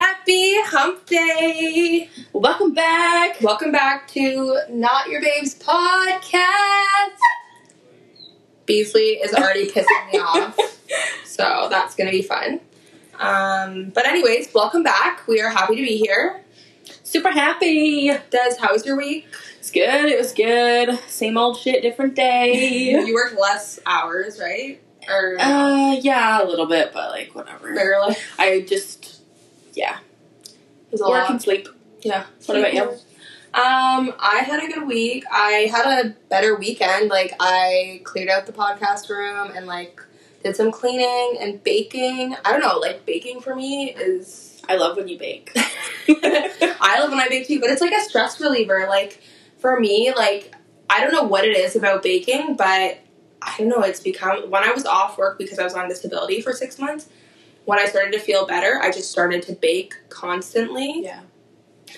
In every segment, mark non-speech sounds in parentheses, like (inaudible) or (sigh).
Happy Hump Day! Welcome back. Welcome back to Not Your Babes podcast. Beasley is already (laughs) pissing me off, so that's gonna be fun. Um, but anyways, welcome back. We are happy to be here. Super happy. Des, how was your week? It's good. It was good. Same old shit, different day. (laughs) You worked less hours, right? Or uh, yeah, a little bit, but like whatever. barely. I just yeah, It was a work lot. and sleep. Yeah. What about you? Um, I had a good week. I had a better weekend. Like I cleared out the podcast room and like did some cleaning and baking. I don't know, like baking for me is I love when you (laughs) bake. I love when I bake too, but it's like a stress reliever. Like for me, like I don't know what it is about baking, but I don't know, it's become when I was off work because I was on disability for 6 months, when I started to feel better, I just started to bake constantly yeah.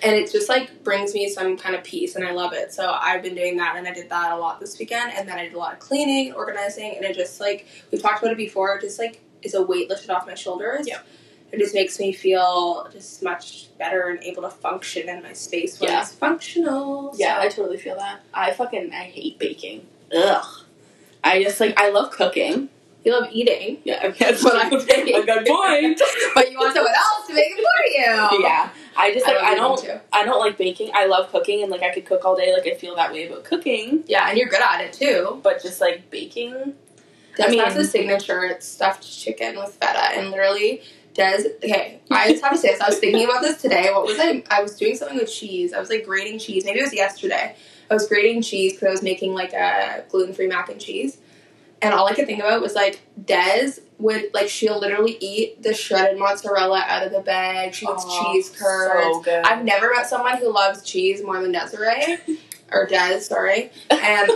and it just like brings me some kind of peace and i love it so i've been doing that and i did that a lot this weekend and then i did a lot of cleaning and organizing and it just like we talked about it before it just like is a weight lifted off my shoulders Yeah. it just makes me feel just much better and able to function in my space when Yeah. it's functional Yeah, I so. totally feel that. I fucking I hate baking. Ugh. I just like I love cooking. you love eating Yeah, I mean, that's (laughs) what I'm saying. A good (laughs) point. but you want someone else to make it for you Yeah, I just like I don't eat them too. I don't like baking. I love cooking and like I could cook all day. Like I feel that way about cooking, yeah and you're good at it too but just like baking, Des I mean- has a signature. It's stuffed chicken with feta, and literally, Des. Okay, I just have to say this. I was thinking about this today. What was I? I was doing something with cheese. I was like grating cheese. Maybe it was yesterday. I was grating cheese because I was making like a gluten-free mac and cheese, and all I could think about was like Des would like she'll literally eat the shredded mozzarella out of the bag. She eats Oh, cheese curds. So good. (laughs) I've never met someone who loves cheese more than Desiree or Des, sorry. (laughs) And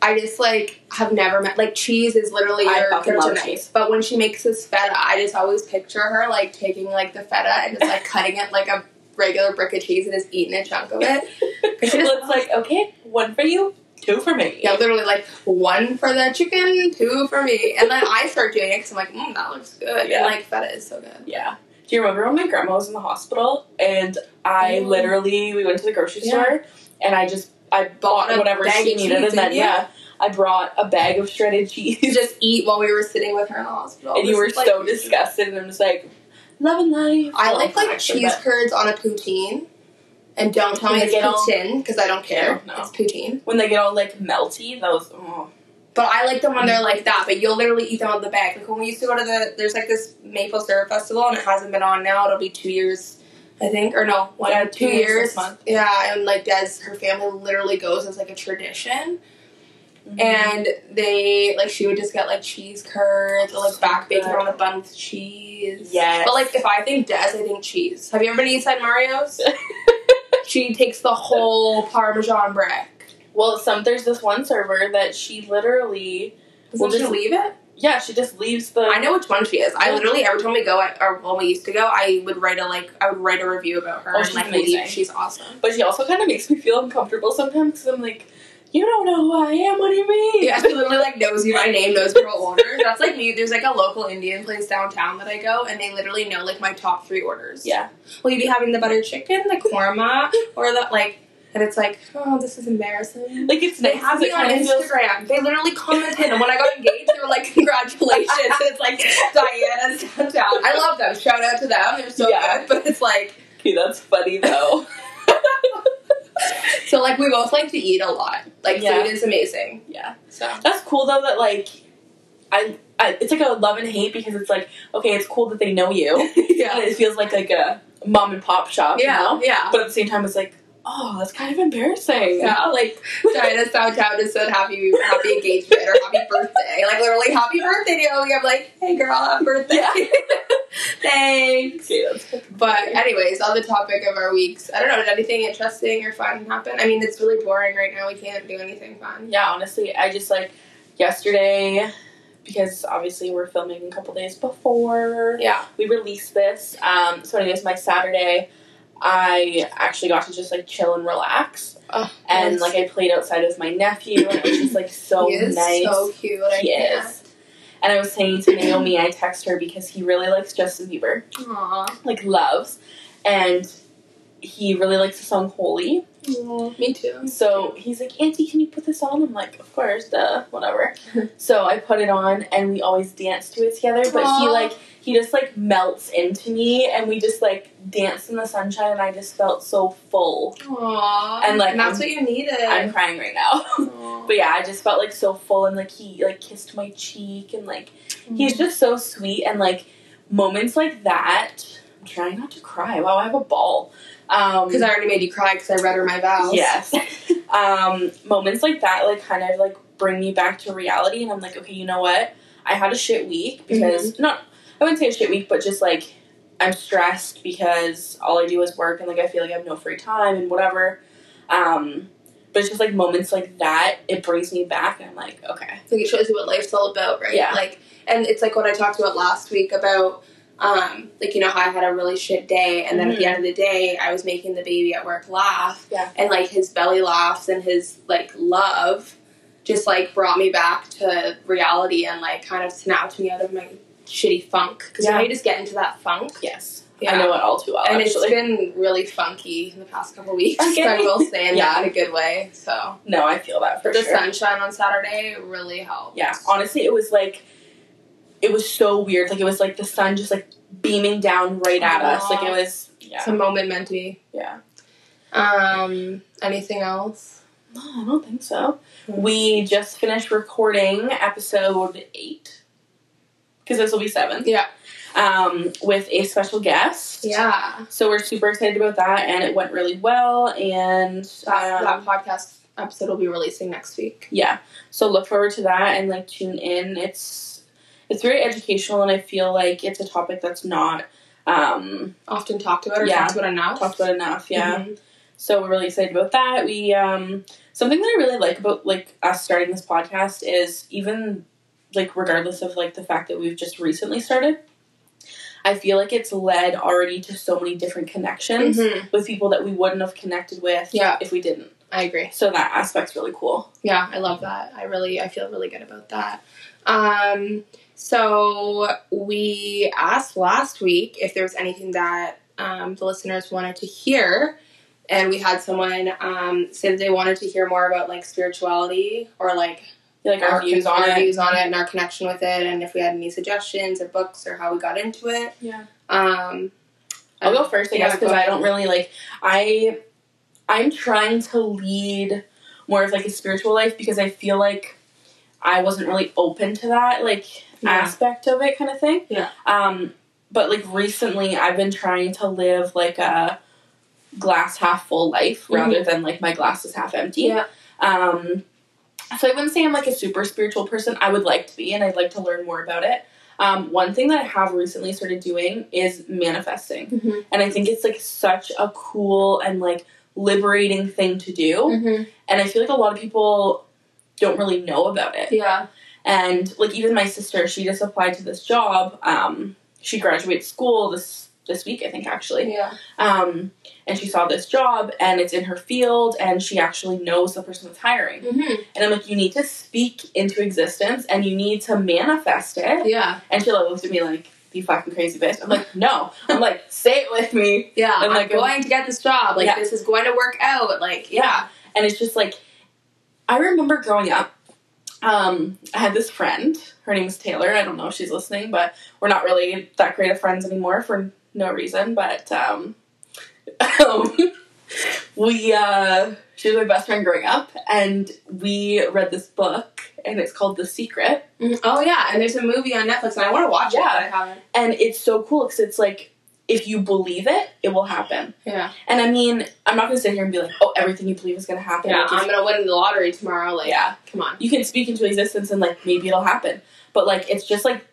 I just like have never met like cheese is literally I your fucking love kryptonite. cheese. But when she makes this feta, I just always picture her like taking like the feta and just like cutting it like a regular brick of cheese and just eating a chunk of (laughs) it. Well, it's like okay, one for you, two for me. Yeah, literally like one for the chicken, two for me, and then I start doing it because I'm like, mm, that looks good. Yeah. And like feta is so good. Yeah. Do you remember when my grandma was in the hospital and I Mm. literally we went to the grocery Yeah. store and I just I bought Bought a whatever bag she of needed cheese, and then yeah. yeah. I brought a bag of shredded cheese You just eat while we were sitting with her in the hospital, (laughs) and you This were is, like, so disgusted and I'm just like love and life. I Well, like like actually, cheese but- curds on a poutine. And don't tell me Like it's it all- poutine because I don't care. No, no. It's poutine. when they get all like melty, those oh. But I like them when they're like that. But you'll literally eat them out of the bag. Like when we used to go to the there's like this maple syrup festival and it hasn't been on now. It'll be two years, I think, or no, one Yeah, two, two years years. this month. Yeah, and like Des, her family literally goes as like a tradition, and and they like she would just get like cheese curds or like So back bacon good. on a bun with cheese. Yes. But like if I think Des, I think cheese. Have you ever been to Eastside (laughs) Mario's? She takes the whole Parmesan brick. well, some there's this one server that she literally Will Well, she just- leave it? yeah she just leaves the I know which one she is. I literally every time we go, I, or when we used to go, I would write a like, I would write a review about her. Oh, and, she's like, amazing. leave. She's awesome. But she also kind of makes me feel uncomfortable sometimes because I'm like, you don't know who I am. What do you mean? Yeah, she literally like knows you by name, knows your order. (laughs) That's like me. There's like a local Indian place downtown that I go, and they literally know like my top three orders. (laughs) Yeah. will you be having the butter chicken, the korma, or the like? And it's like, oh, this is embarrassing. Like it's They nice. have me it on kind of feels. Instagram. They literally commented, and when I got engaged, they were like, "Congratulations!" And it's (laughs) like Diana's downtown. I love them. Shout out to them. They're so Yeah. good. But it's like, Okay, that's funny (laughs) though. so like we both like to eat a lot. Like Yeah. food is amazing. yeah, So that's cool though. That like, I, I it's like a love and hate because it's like okay, it's cool that they know you. (laughs) (laughs) yeah, And it feels like like a mom and pop shop. you yeah, know? yeah. But at the same time, it's like oh, that's kind of embarrassing. (laughs) Yeah, like Diana's downtown just said happy happy engagement or happy birthday. Like literally happy birthday to Obi. I'm like, hey girl, happy birthday. Yeah. (laughs) Thanks. Okay, that's fucking But funny. anyways, on the topic of our weeks, I don't know, did anything interesting or fun happen? I mean, it's really boring right now. We can't do anything fun. yeah, honestly, I just like yesterday because obviously we're filming a couple days before. Yeah. we released this. Um, so anyways, my Saturday, I actually got to just like chill and relax, Oh, and like I played outside with my nephew, and it was just like so he is nice. so cute. I he can't. is. And I was saying to Naomi, I text her because he really likes Justin Bieber, Aw. like loves. and he really likes the song Holy. Me too. So he's like, Auntie, can you put this on? I'm like, Of course, duh, (laughs) whatever. so I put it on and we always dance to it together, but he Aw. like he just like melts into me and we just like danced in the sunshine and I just felt so full. Aww. And, like, that's I'm- what you needed. I'm crying right now. (laughs) Aw. but yeah, I just felt like so full and like he like kissed my cheek and like he's Mm. just so sweet and like moments like that. I'm trying not to cry. Wow, I have a ball. Um because I already made you cry because I read her my vows. (laughs) Yes. um, moments like that, like, kind of like bring me back to reality, and I'm like, okay, you know what? I had a shit week Mm-hmm. because not, I wouldn't say a shit week, but just like I'm stressed because all I do is work, and like I feel like I have no free time and whatever. Um, but it's just like moments like that, it brings me back, and I'm like, okay, Like it shows you what life's all about, right? Yeah. Like, and it's like what I talked about last week about, um, like you know how I had a really shit day, and then at the end of the day, I was making the baby at work laugh, Mm-hmm. Yeah. and like his belly laughs and his like love, just like brought me back to reality and like kind of snapped me out of my shitty funk because you Yeah. know you just get into that funk. yes, Yeah. I know it all too well. And Oh, actually, it's been really funky in the past couple weeks. Okay. I will say in (laughs) Yeah. that in a good way. So no, I feel that for the sure. sunshine on Saturday really helped. Yeah, honestly, it was like, it was so weird. Like it was like the sun just like beaming down right at us. Like it was. Yeah. It's a moment meant to be. Yeah. Um, anything else? No, I don't think so. Hmm. We just finished recording episode eight. Because this will be seven. Yeah. Um, with a special guest. Yeah. So we're super excited about that, and it went really well. And That, that um, podcast episode will be releasing next week. yeah so look forward to that and like tune in it's it's very educational and i feel like it's a topic that's not um Often talked about or Yeah. talked about enough. talked about enough yeah Mhm. so we're really excited about that we um something that i really like about like us starting this podcast is even like regardless of like the fact that we've just recently started i feel like it's led already to so many different connections Mhm. with people that we wouldn't have connected with Yeah. if we didn't I agree. so that aspect's really cool Yeah, I love that. I really, I feel really good about that. Um, so we asked last week if there was anything that um, the listeners wanted to hear, and we had someone um, say that they wanted to hear more about like spirituality or like like our views on our it views on it and our connection with it, and if we had any suggestions or books or how we got into it. Yeah. Um, I'll go first, I Yeah, guess, go because I ahead. don't really like. I I'm trying to lead more of like a spiritual life because I feel like I wasn't really open to that like Yeah. aspect of it, kind of thing. Yeah. Um, but like recently, I've been trying to live like a glass half full life rather than like my glass is half empty. Mm-hmm. Yeah. Um, so I wouldn't say I'm like a super spiritual person. I would like to be, and I'd like to learn more about it. Um, one thing that I have recently started doing is manifesting. Mhm. And I think it's like such a cool and like liberating thing to do. Mm-hmm. And I feel like a lot of people don't really know about it. Yeah. And like even my sister, she just applied to this job. Um, she graduates school this this week, I think actually Yeah. um, and she saw this job and it's in her field and she actually knows the person that's hiring Mm-hmm. and i'm like you need to speak into existence and you need to manifest it Yeah. and she like, looked at me like you fucking crazy bitch i'm like no i'm like say it with me Yeah. I'm, I'm like, going to get this job. Like Yeah. this is going to work out. Like yeah. and it's just like i remember growing up um, i had this friend her name was taylor i don't know if she's listening but we're not really that great of friends anymore for no reason but um, (laughs) we uh, she was my best friend growing up and we read this book and it's called the secret Mhm. Oh yeah. And there's a movie on Netflix, and I want to watch Yeah. it, but I haven't. and it's so cool because it's like if you believe it it will happen Yeah. and i mean i'm not gonna sit here and be like oh everything you believe is gonna happen Yeah. Like, if- I'm gonna win the lottery tomorrow. Like yeah come on. you can speak into existence and like maybe it'll happen. But like it's just like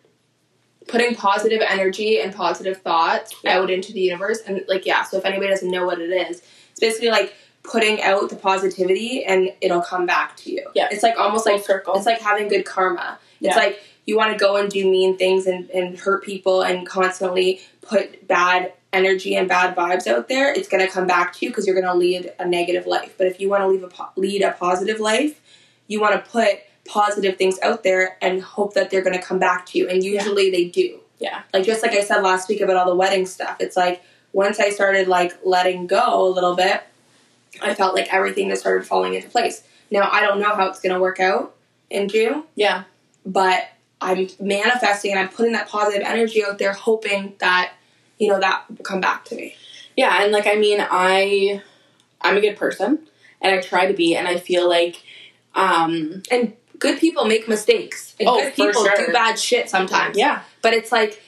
Putting positive energy and positive thoughts Yeah. out into the universe, and like yeah. So if anybody doesn't know what it is, it's basically like putting out the positivity, and it'll come back to you. Yeah. It's like almost full like circle. It's like having good karma. Yeah. It's like you want to go and do mean things and, and hurt people and constantly put bad energy and bad vibes out there. It's going to come back to you because you're going to lead a negative life. But if you want to leave a po- lead a positive life, you want to put positive things out there and hope that they're going to come back to you. And usually they do. Yeah. Like just like I said last week about all the wedding stuff, it's like once I started like letting go a little bit, I felt like everything just started falling into place. Now I don't know how it's gonna work out in June, Yeah. but I'm manifesting and I'm putting that positive energy out there, hoping that you know that will come back to me. Yeah, and like I mean, I I'm a good person and I try to be and I feel like um Good people make mistakes, and Oh, good for people sure. do bad shit sometimes. yeah, but it's like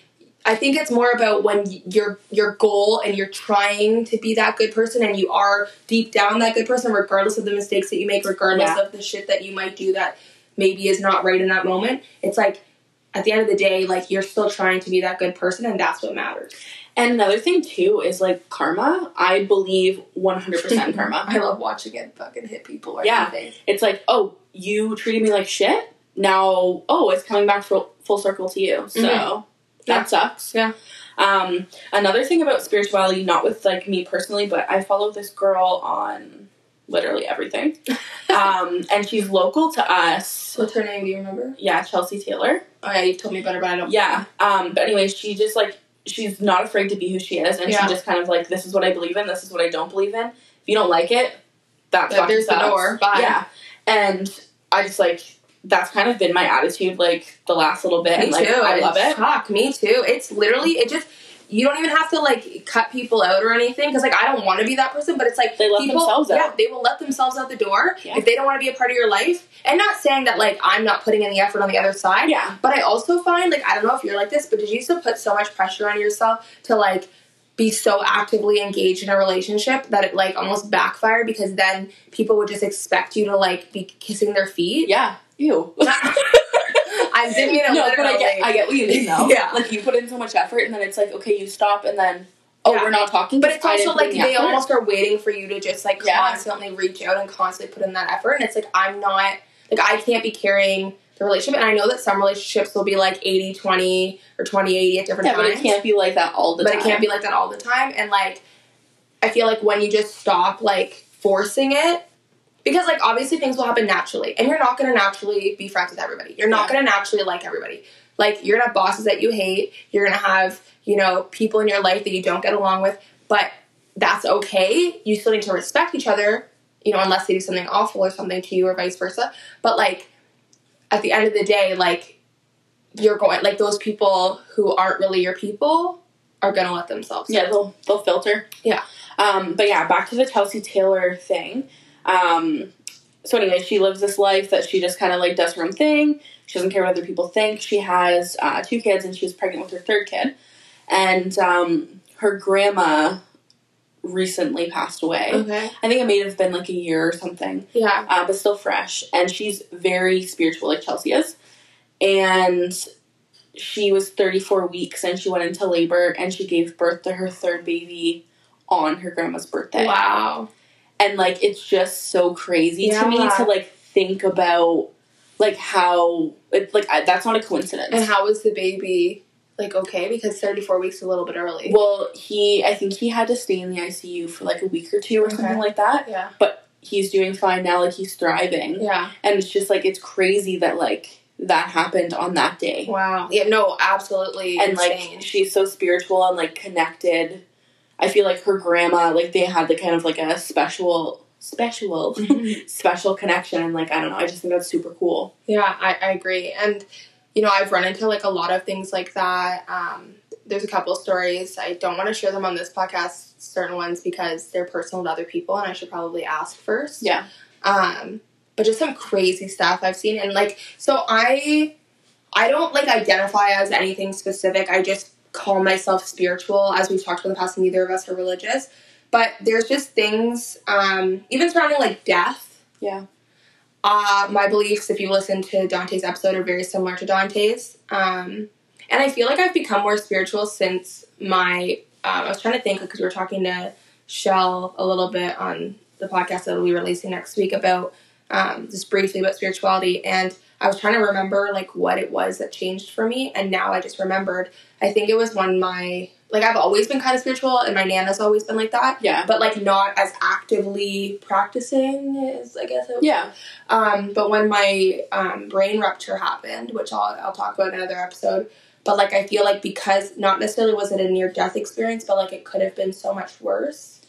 I think it's more about when y- your your goal and you're trying to be that good person and you are deep down that good person regardless of the mistakes that you make regardless Yeah. of the shit that you might do that maybe is not right in that moment it's like at the end of the day like you're still trying to be that good person and that's what matters And another thing too is like karma. I believe (laughs) 100% karma. I love watching it fucking hit people or Yeah. (laughs) anything It's like, "Oh, you treated me like shit. Now, oh, it's coming back full, full circle to you." So, Mhm. Yeah. that sucks. Yeah. Um another thing about spirituality, not with like me personally, but I follow this girl on literally everything. (laughs) Uh, um and she's local to us. what's her name do you remember Yeah, Chelsea Taylor. oh yeah you told me about her but I don't Yeah. Um, but anyway, she just like she's not afraid to be who she is, and Yeah. she just kind of like this is what I believe in, this is what I don't believe in. If you don't like it, that Like, fucking there's the sucks. door. Bye. Yeah. And I just like that's kind of been my attitude like the last little bit, Me and like too. I love it. Fuck, me too. It's literally it just you don't even have to like cut people out or anything because like I don't want to be that person, but it's like They let people, themselves out. Yeah, they will let themselves out the door Yeah. if they don't want to be a part of your life. And not saying that like I'm not putting in the effort on the other side, Yeah. but I also find like I don't know if you're like this, but did you used to put so much pressure on yourself to like be so actively engaged in a relationship that it like almost backfired because then people would just expect you to like be kissing their feet. Yeah. (laughs) Ew. (laughs) I didn't mean it no, but literally. I get I get what you mean though. (laughs) Yeah. Like you put in so much effort, and then it's like okay, you stop, and then oh, Yeah. we're not talking. But 'cause it's I also didn't like put in the they effort. almost are waiting for you to just like Yeah. constantly reach out and constantly put in that effort. And it's like, I'm not, like, I can't be carrying the relationship. And I know that some relationships will be like 80 20 or 20 80 at different yeah, but times. it can't be like that all the but time. it can't be like that all the time. And like, I feel like when you just stop like forcing it, because like obviously things will happen naturally, and you're not gonna naturally be friends with everybody. You're not Yeah. gonna naturally like everybody. Like you're gonna have bosses that you hate. You're gonna have you know people in your life that you don't get along with. But that's okay. You still need to respect each other. You know, unless they do something awful or something to you, or vice versa. But like at the end of the day, like you're going like those people who aren't really your people are gonna let themselves. Yeah, they'll they'll filter. Yeah. Um, but yeah, back to the Chelsea Taylor thing. Um, so anyway, she lives this life that she just kind of like does her own thing. She doesn't care what other people think. She has uh, two kids, and she was pregnant with her third kid. And um, her grandma recently passed away. Okay. I think it may have been like a year or something Yeah. uh, but still fresh. And she's very spiritual, like Chelsea is. And she was 34 weeks and she went into labor and she gave birth to her third baby on her grandma's birthday. Wow. And like, it's just so crazy to me Yeah. to like think about like how, it, like, I, that's not a coincidence. And how was the baby? Like okay, because thirty four weeks is a little bit early. well, he, I think he had to stay in the ICU for like a week or two or Okay. something like that. Yeah. He's doing fine now, like, he's thriving. Yeah. And it's just like, it's crazy that like that happened on that day. Wow. Yeah. No. Absolutely. and like insane. she's so spiritual and like connected. I feel like her grandma, like they had the kind of like a special, special, (laughs) special connection. And like I don't know, I just think that's super cool. Yeah, I, I agree. And, you know, I've run into like a lot of things like that. Um, there's a couple of stories. I don't want to share them on this podcast, certain ones, because they're personal to other people and I should probably ask first. Yeah. Um, but just some crazy stuff I've seen. And like, so I, I don't like identify as anything specific. I just call myself spiritual. As we've talked about in the past, neither of us are religious. But there's just things, um, even surrounding like death uh, my beliefs, if you listen to Dante's episode, are very similar to Dante's. Um, and I feel like I've become more spiritual since my. Um, I was trying to think because we were talking to Shell a little bit on the podcast that we'll be releasing next week about um, just briefly about spirituality. And I was trying to remember like what it was that changed for me. And now I just remembered. I think it was when my. Like I've always been kind of spiritual, and my nana's always been like that, Yeah. but like not as actively practicing is I guess it Yeah. um, but when my um, brain rupture happened, which I'll, I'll talk about in another episode, But like I feel like because not necessarily was it a near death experience, but like it could have been so much worse.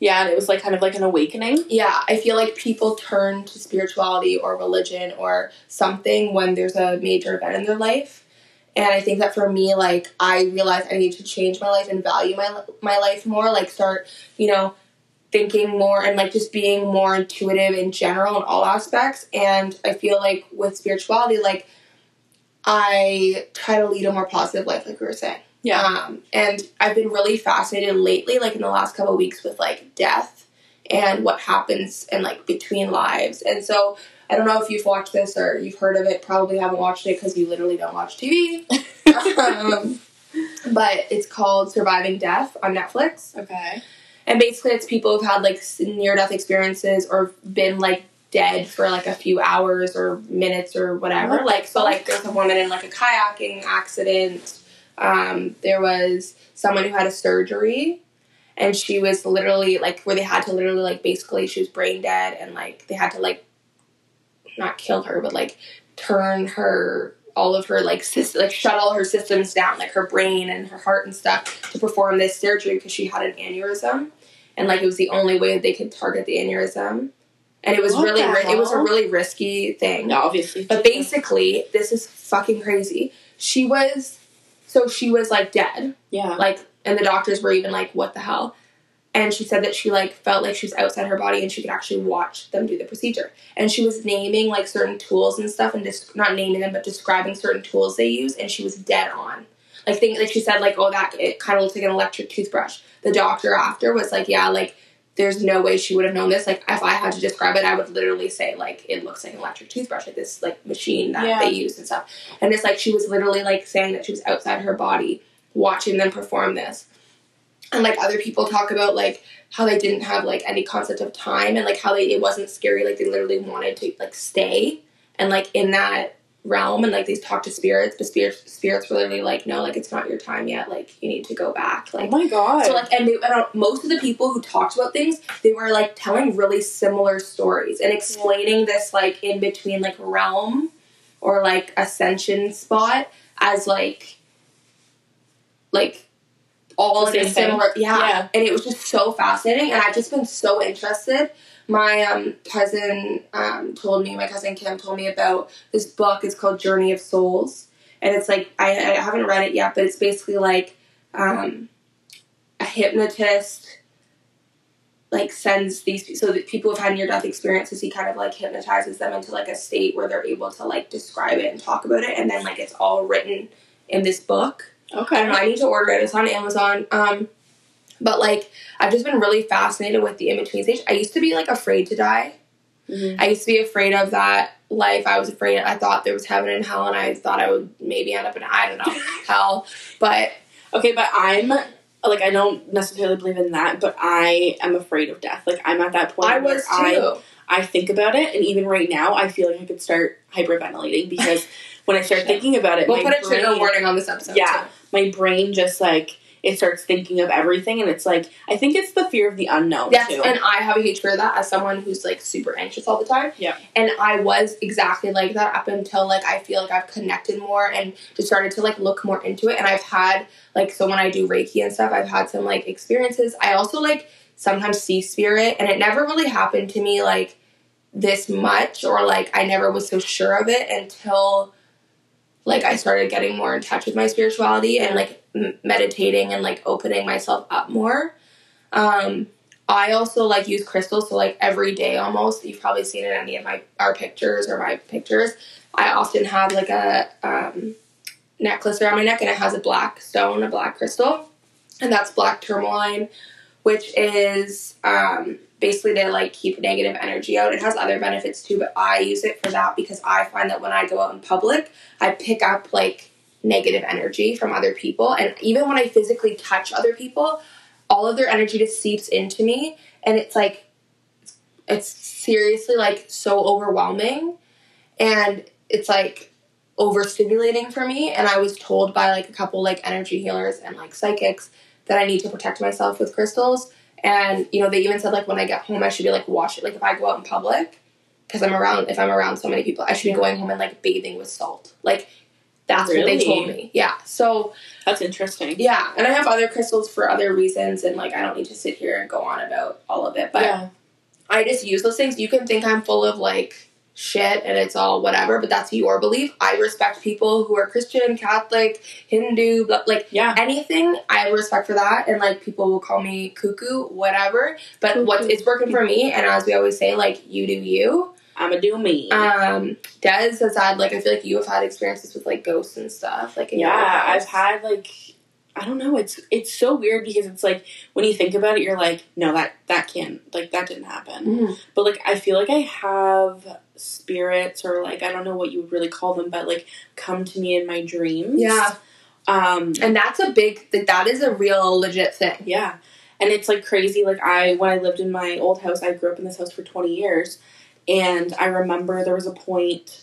Yeah, and it was like kind of like an awakening. (laughs) (laughs) Yeah, I feel like people turn to spirituality or religion or something when there's a major event in their life. And I think that for me, like I realized I need to change my life and value my my life more. Like start, you know, thinking more and like just being more intuitive in general in all aspects. And I feel like with spirituality, like I try to lead a more positive life, like we were saying. Um, and I've been really fascinated lately, like in the last couple of weeks, with like death and what happens and like between lives. And so I don't know if you've watched this or you've heard of it. Probably haven't watched it because you literally don't watch TV. um, but it's called Surviving Death on Netflix. okay. And basically, it's people who've had like near death experiences or been like dead for like a few hours or minutes or whatever. What Like, the so fuck? like there's a woman in like a kayaking accident. Um, there was someone who had a surgery and she was literally like where they had to literally like basically she was brain dead and like they had to like not kill her but like turn her all of her like sys- like shut all her systems down like her brain and her heart and stuff to perform this surgery because she had an aneurysm and like it was the only way they could target the aneurysm and it was What really the ri- it was a hell? really risky thing No, obviously. but basically this is fucking crazy she was so she was like dead yeah. like and the doctors were even like what the hell and she said that she like felt like she was outside her body and she could actually watch them do the procedure and she was naming like certain tools and stuff and just not naming them but describing certain tools they use and she was dead on like thing like she said like oh that it kind of looks like an electric toothbrush the doctor after was like yeah like there's no way she would have known this like if i had to describe it i would literally say like it looks like an electric toothbrush like this like machine that Yeah. they use and stuff and it's like she was literally like saying that she was outside her body watching them perform this. And like other people talk about like how they didn't have like any concept of time and like how they it wasn't scary, like they literally wanted to like stay and like in that realm and like they talked to spirits, but spirits spirits were literally like, No, like it's not your time yet, like you need to go back. oh Like my god. so like and, they, and uh, most of the people who talked about things, they were like telling really similar stories and explaining this like in between like realm or like ascension spot as like like all like, The a same thing. similar yeah. Yeah. And it was just so fascinating and I've just been so interested. My um, cousin um, told me, my cousin Kim told me about this book. It's called Journey of Souls. And it's like, I, I haven't read it yet, but it's basically like um, a hypnotist like sends these pe- so that people who've had near death experiences he kind of like hypnotizes them into like a state where they're able to like describe it and talk about it and then like it's all written in this book i don't know okay. i need to order it it's on amazon um but like i've just been really fascinated with the in-between stage i used to be like afraid to die Mhm. I used to be afraid of that life. I was afraid. I thought there was heaven and hell, and I thought I would maybe end up in I don't know (laughs) hell. But Okay, but I'm like I don't necessarily believe in that, but I am afraid of death. Like I'm at that point I where was I too. I think about it, and even right now, I feel like I could start hyperventilating because when I start thinking about it, We'll my put a brain, trigger warning on this episode. Yeah. my brain just like it starts thinking of everything, and it's like I think it's the fear of the unknown too. Yes, too. and I have a huge fear of that as someone who's like super anxious all the time. Yeah. And I was exactly like that up until like I feel like I've connected more and just started to like look more into it. And I've had like so when I do Reiki and stuff, I've had some like experiences. I also like sometimes see spirit and it never really happened to me like this much or like I never was so sure of it until like I started getting more in touch with my spirituality and like m- meditating and like opening myself up more. Um I also like use crystals so like every day almost you've probably seen it in any of my our pictures or my pictures. I often have like a um necklace around my neck and it has a black stone, a black crystal, and that's black tourmaline, which is um, basically to like keep negative energy out. It has other benefits too, but I use it for that because I find that when I go out in public, I pick up like negative energy from other people, and even when I physically touch other people, all of their energy just seeps into me, and it's like it's seriously like so overwhelming and it's like overstimulating for me and i was told by like a couple like energy healers and like psychics that i need to protect myself with crystals and you know they even said like when i get home i should be like washing like if i go out in public because i'm around if i'm around so many people i should be going home and like bathing with salt like That's what they Really? told me. Yeah. So That's interesting. yeah, and I have other crystals for other reasons, and like I don't need to sit here and go on about all of it, but yeah. I just use those things. You can think I'm full of like shit and it's all whatever, but that's your belief. I respect people who are Christian, Catholic, Hindu, blah, like Yeah. anything. I have respect for that, and like people will call me cuckoo, whatever. But what Cuckoo. it's working for me, and as we always say, like you do you. I'm a do me. Um, Des has had like I feel like you have had experiences with like ghosts and stuff. Like in your yeah, house. I've had like I don't know. It's it's so weird because it's like when you think about it, you're like, no, that that can't like that didn't happen. Mm. But like I feel like I have spirits or like I don't know what you would really call them, but like come to me in my dreams. Yeah, Um. and that's a big. Like, that is a real legit thing. Yeah. And it's like crazy. Like I when I lived in my old house, I grew up in this house for 20 years, and I remember there was a point.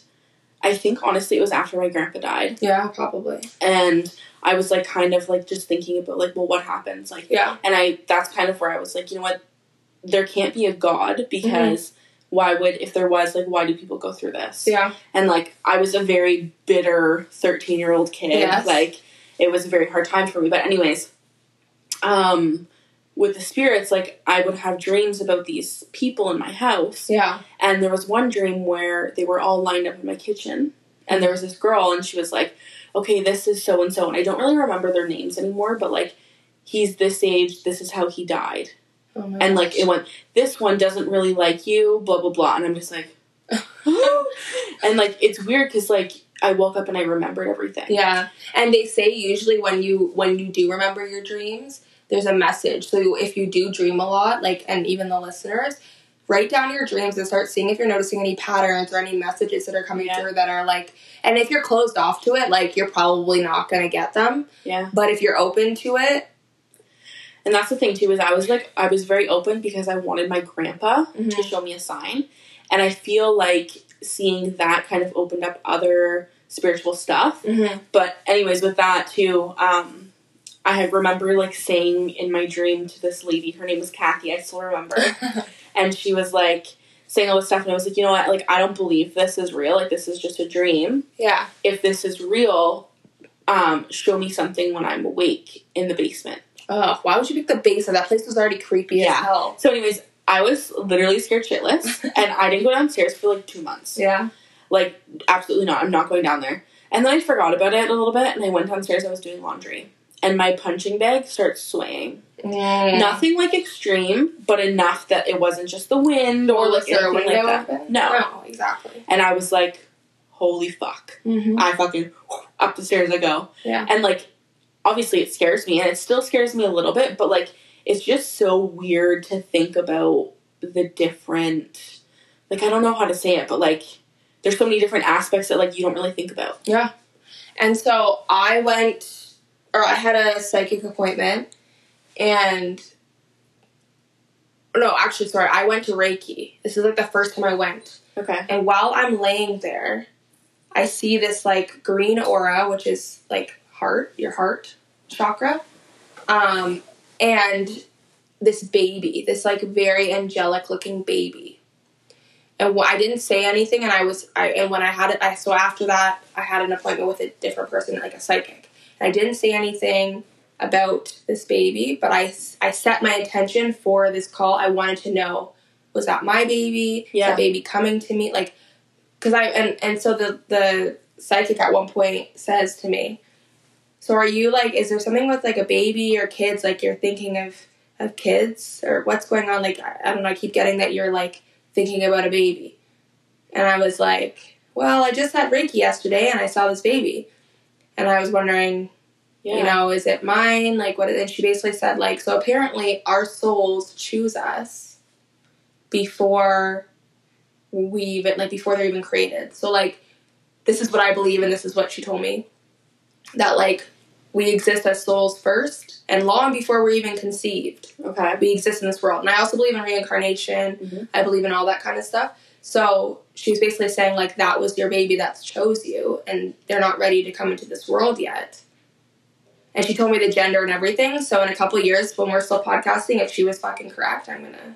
I think honestly it was after my grandpa died Yeah, probably. and I was like kind of like just thinking about like well what happens like Yeah, and I that's kind of where I was like you know what there can't be a god because why would if there was like why do people go through this yeah. and like I was a very bitter 13 year old kid. Yes. Like it was a very hard time for me. But anyways, um, with the spirits, like I would have dreams about these people in my house, Yeah. and there was one dream where they were all lined up in my kitchen, and there was this girl, and she was like, "Okay, this is so and so," and I don't really remember their names anymore, but like. He's this age, this is how he died. Oh my And like it went, this one doesn't really like you, blah, blah, blah. And I'm just like, (laughs) and like it's weird because like I woke up and I remembered everything. yeah. And they say usually when you when you do remember your dreams, there's a message. So if you do dream a lot, like and even the listeners, write down your dreams and start seeing if you're noticing any patterns or any messages that are coming Yeah. through that are like and if you're closed off to it, like you're probably not gonna get them. Yeah. But if you're open to it, And that's the thing too is I was like I was very open because I wanted my grandpa Mhm. to show me a sign, and I feel like seeing that kind of opened up other spiritual stuff. Mm-hmm. But anyways, with that too, um, I had remember like saying in my dream to this lady, her name was Kathy. I still remember. and she was like saying all this stuff and i was like you know what like i don't believe this is real like this is just a dream (laughs) yeah. if this is real um show me something when i'm awake in the basement Oh, why would you pick the base of that place was already creepy as Yeah. hell. so anyways i was literally scared (laughs) shitless and i didn't go downstairs for like two months Yeah. like absolutely not i'm not going down there and then i forgot about it a little bit and i went downstairs i was doing laundry and my punching bag starts swaying Mm. nothing like extreme but enough that it wasn't just the wind Or or like was there a anything window like that open? no No, Oh, exactly. and i was like holy fuck Mm-hmm. I fucking up the stairs I go. Yeah. And like obviously it scares me and it still scares me a little bit, but like it's just so weird to think about the different like I don't know how to say it, but like there's so many different aspects that like you don't really think about. And so I went, or I had a psychic appointment, and no, actually, sorry, I went to Reiki. This is like the first time I went. Okay. And while I'm laying there, I see this like green aura, which is like heart, your heart chakra, um, and this baby, this like very angelic looking baby. And wh- I didn't say anything, and I was, I and when I had it, I so after that, I had an appointment with a different person, like a psychic. And I didn't say anything about this baby, but I, s- I set my intention for this call. I wanted to know, was that my baby? Is Yeah. that baby coming to me? Like, because I and and so the the psychic at one point says to me, "So are you like? Is there something with like a baby or kids? Like you're thinking of of kids or what's going on? Like I, I don't know. I keep getting that you're like thinking about a baby." And I was like, "Well, I just had Reiki yesterday and I saw this baby, and I was wondering, Yeah. you know, is it mine? Like what?" And she basically said, like, so apparently our souls choose us before we even like before they're even created. So like this is what I believe and this is what she told me. That like we exist as souls first and long before we're even conceived. Okay. We exist in this world. And I also believe in reincarnation. Mhm. I believe in all that kind of stuff. So she's basically saying like that was your baby that chose you and they're not ready to come into this world yet. And she told me the gender and everything. So in a couple of years when we're still podcasting, if she was fucking correct, I'm gonna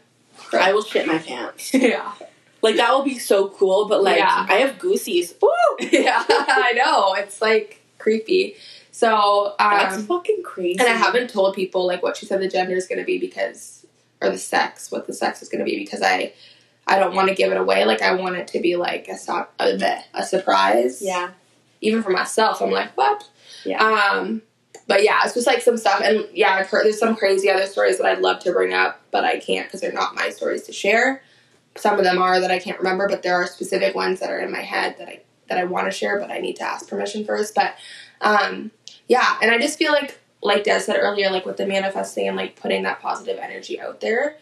I will shit my (laughs) pants. Yeah. Like that will be so cool, but like Yeah. (laughs) I have goosies. Woo! Yeah, I know. It's like creepy. So That's um, fucking crazy. and I haven't told people like what she said the gender is going to be because or the sex what the sex is going to be because I I don't want to give it away. Like I want it to be like a so- a, bleh, a surprise. Yeah. Even for myself, I'm like what? Yeah. Um. But yeah, it's just like some stuff, and yeah, I've heard there's some crazy other stories that I'd love to bring up, but I can't because they're not my stories to share. Some of them are that I can't remember, but there are specific ones that are in my head that I that I want to share, but I need to ask permission first. But um, yeah, and I just feel like like Des said earlier, like with the manifesting and like putting that positive energy out there,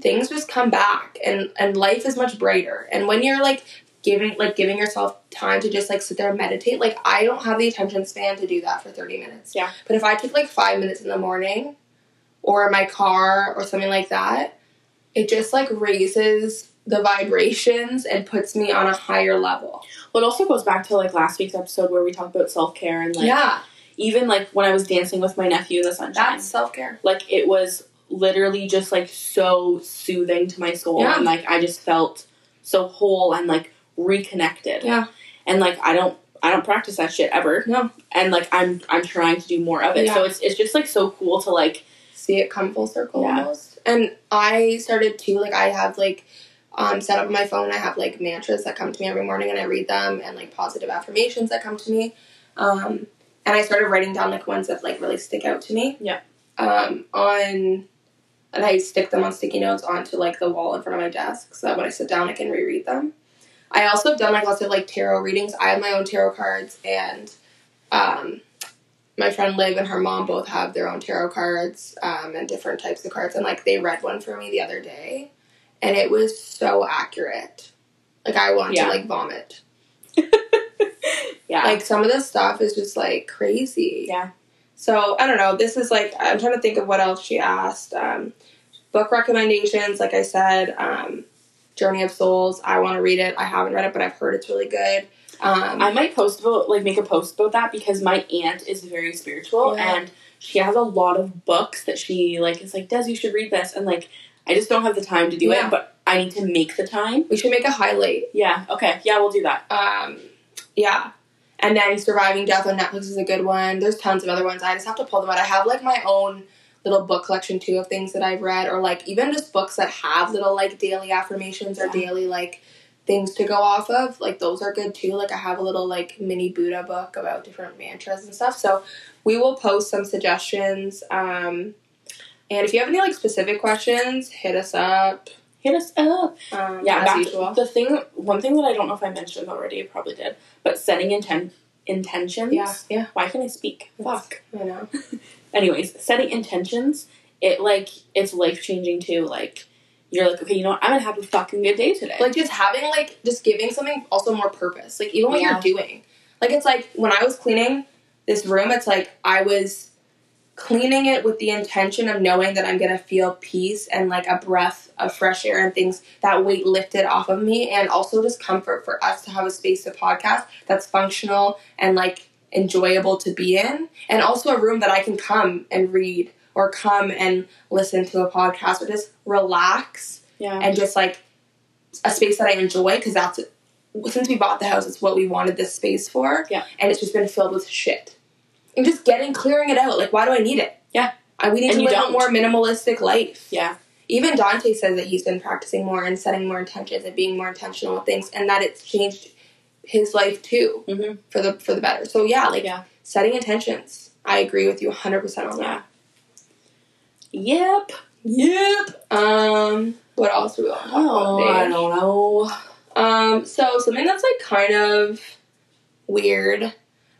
things just come back and and life is much brighter. And when you're like giving like giving yourself time to just like sit there and meditate, like I don't have the attention span to do that for 30 minutes. Yeah. But if I take like 5 minutes in the morning or in my car or something like that, it just like raises the vibrations and puts me on a higher level. Well, it also goes back to like last week's episode where we talked about self care and like yeah, even like when I was dancing with my nephew in the sunshine. that's self-care. like it was literally just like so soothing to my soul Yeah. and like i just felt so whole and like reconnected Yeah. and like i don't i don't practice that shit ever No. and like i'm i'm trying to do more of it so Yeah. it's it's just like so cool to like see it come full circle Yeah. almost. And I started to like I have like um, set up on my phone. I have like mantras that come to me every morning, and I read them, and like positive affirmations that come to me. Um, and I started writing down like ones that like really stick out to me. Yeah. Um, on and I stick them on sticky notes onto like the wall in front of my desk, so that when I sit down, I can reread them. I also have done like lots of like tarot readings. I have my own tarot cards, and um, my friend Liv and her mom both have their own tarot cards um, and different types of cards. And like they read one for me the other day, and it was so accurate. Like I wanted Yeah. to like vomit. yeah Like some of this stuff is just like crazy. Yeah. So I don't know. This is like I'm trying to think of what else she asked. Um, book recommendations, like I said, um, Journey of Souls. I want to read it. I haven't read it, but I've heard it's really good. Um, I might post about like make a post about that because my aunt is very spiritual Yeah. and she has a lot of books that she like is like, Des, you should read this and like I just don't have the time to do Yeah. it, but I need to make the time. we should make a highlight. Yeah, okay, yeah, we'll do that. Um, yeah. And then Surviving Death on Netflix is a good one. There's tons of other ones. I just have to pull them out. I have like my own little book collection too of things that I've read, or like even just books that have little like daily affirmations or Yeah. daily like things to go off of. Like those are good too. Like I have a little like mini Buddha book about different mantras and stuff. So we will post some suggestions. Um, and if you have any like specific questions, hit us up. Hit us up. Um, Yeah, as back usual. the thing one thing that I don't know if I mentioned already, I probably did, but setting inten- intentions. yeah, yeah. Why can I speak? Fuck. I know. Anyways, setting intentions, it like it's life changing too. Like you're like, okay, you know what, I'm gonna have a fucking good day today. like just having like just giving something also more purpose like even what Yeah. you're doing like it's like when i was cleaning this room it's like i was cleaning it with the intention of knowing that i'm gonna feel peace and like a breath of fresh air and things that weight lifted off of me and also just comfort for us to have a space to podcast that's functional and like enjoyable to be in and also a room that i can come and read or come and listen to a podcast or just relax yeah. and just like a space that I enjoy because that's since we bought the house, it's what we wanted this space for. Yeah. and it's just been filled with shit. And just getting clearing it out. Like, why do I need it? Yeah. I, we need And to you live a don't. more minimalistic life. Yeah. Even Dante says that he's been practicing more and setting more intentions and being more intentional with things, and that it's changed his life too Mhm. for the for the better. So yeah, like Yeah. setting intentions. I agree with you 100 percent on that. Yep. Yep. Um. What else do we want to talk Oh, about? today? don't know. Um, so something that's like kind of weird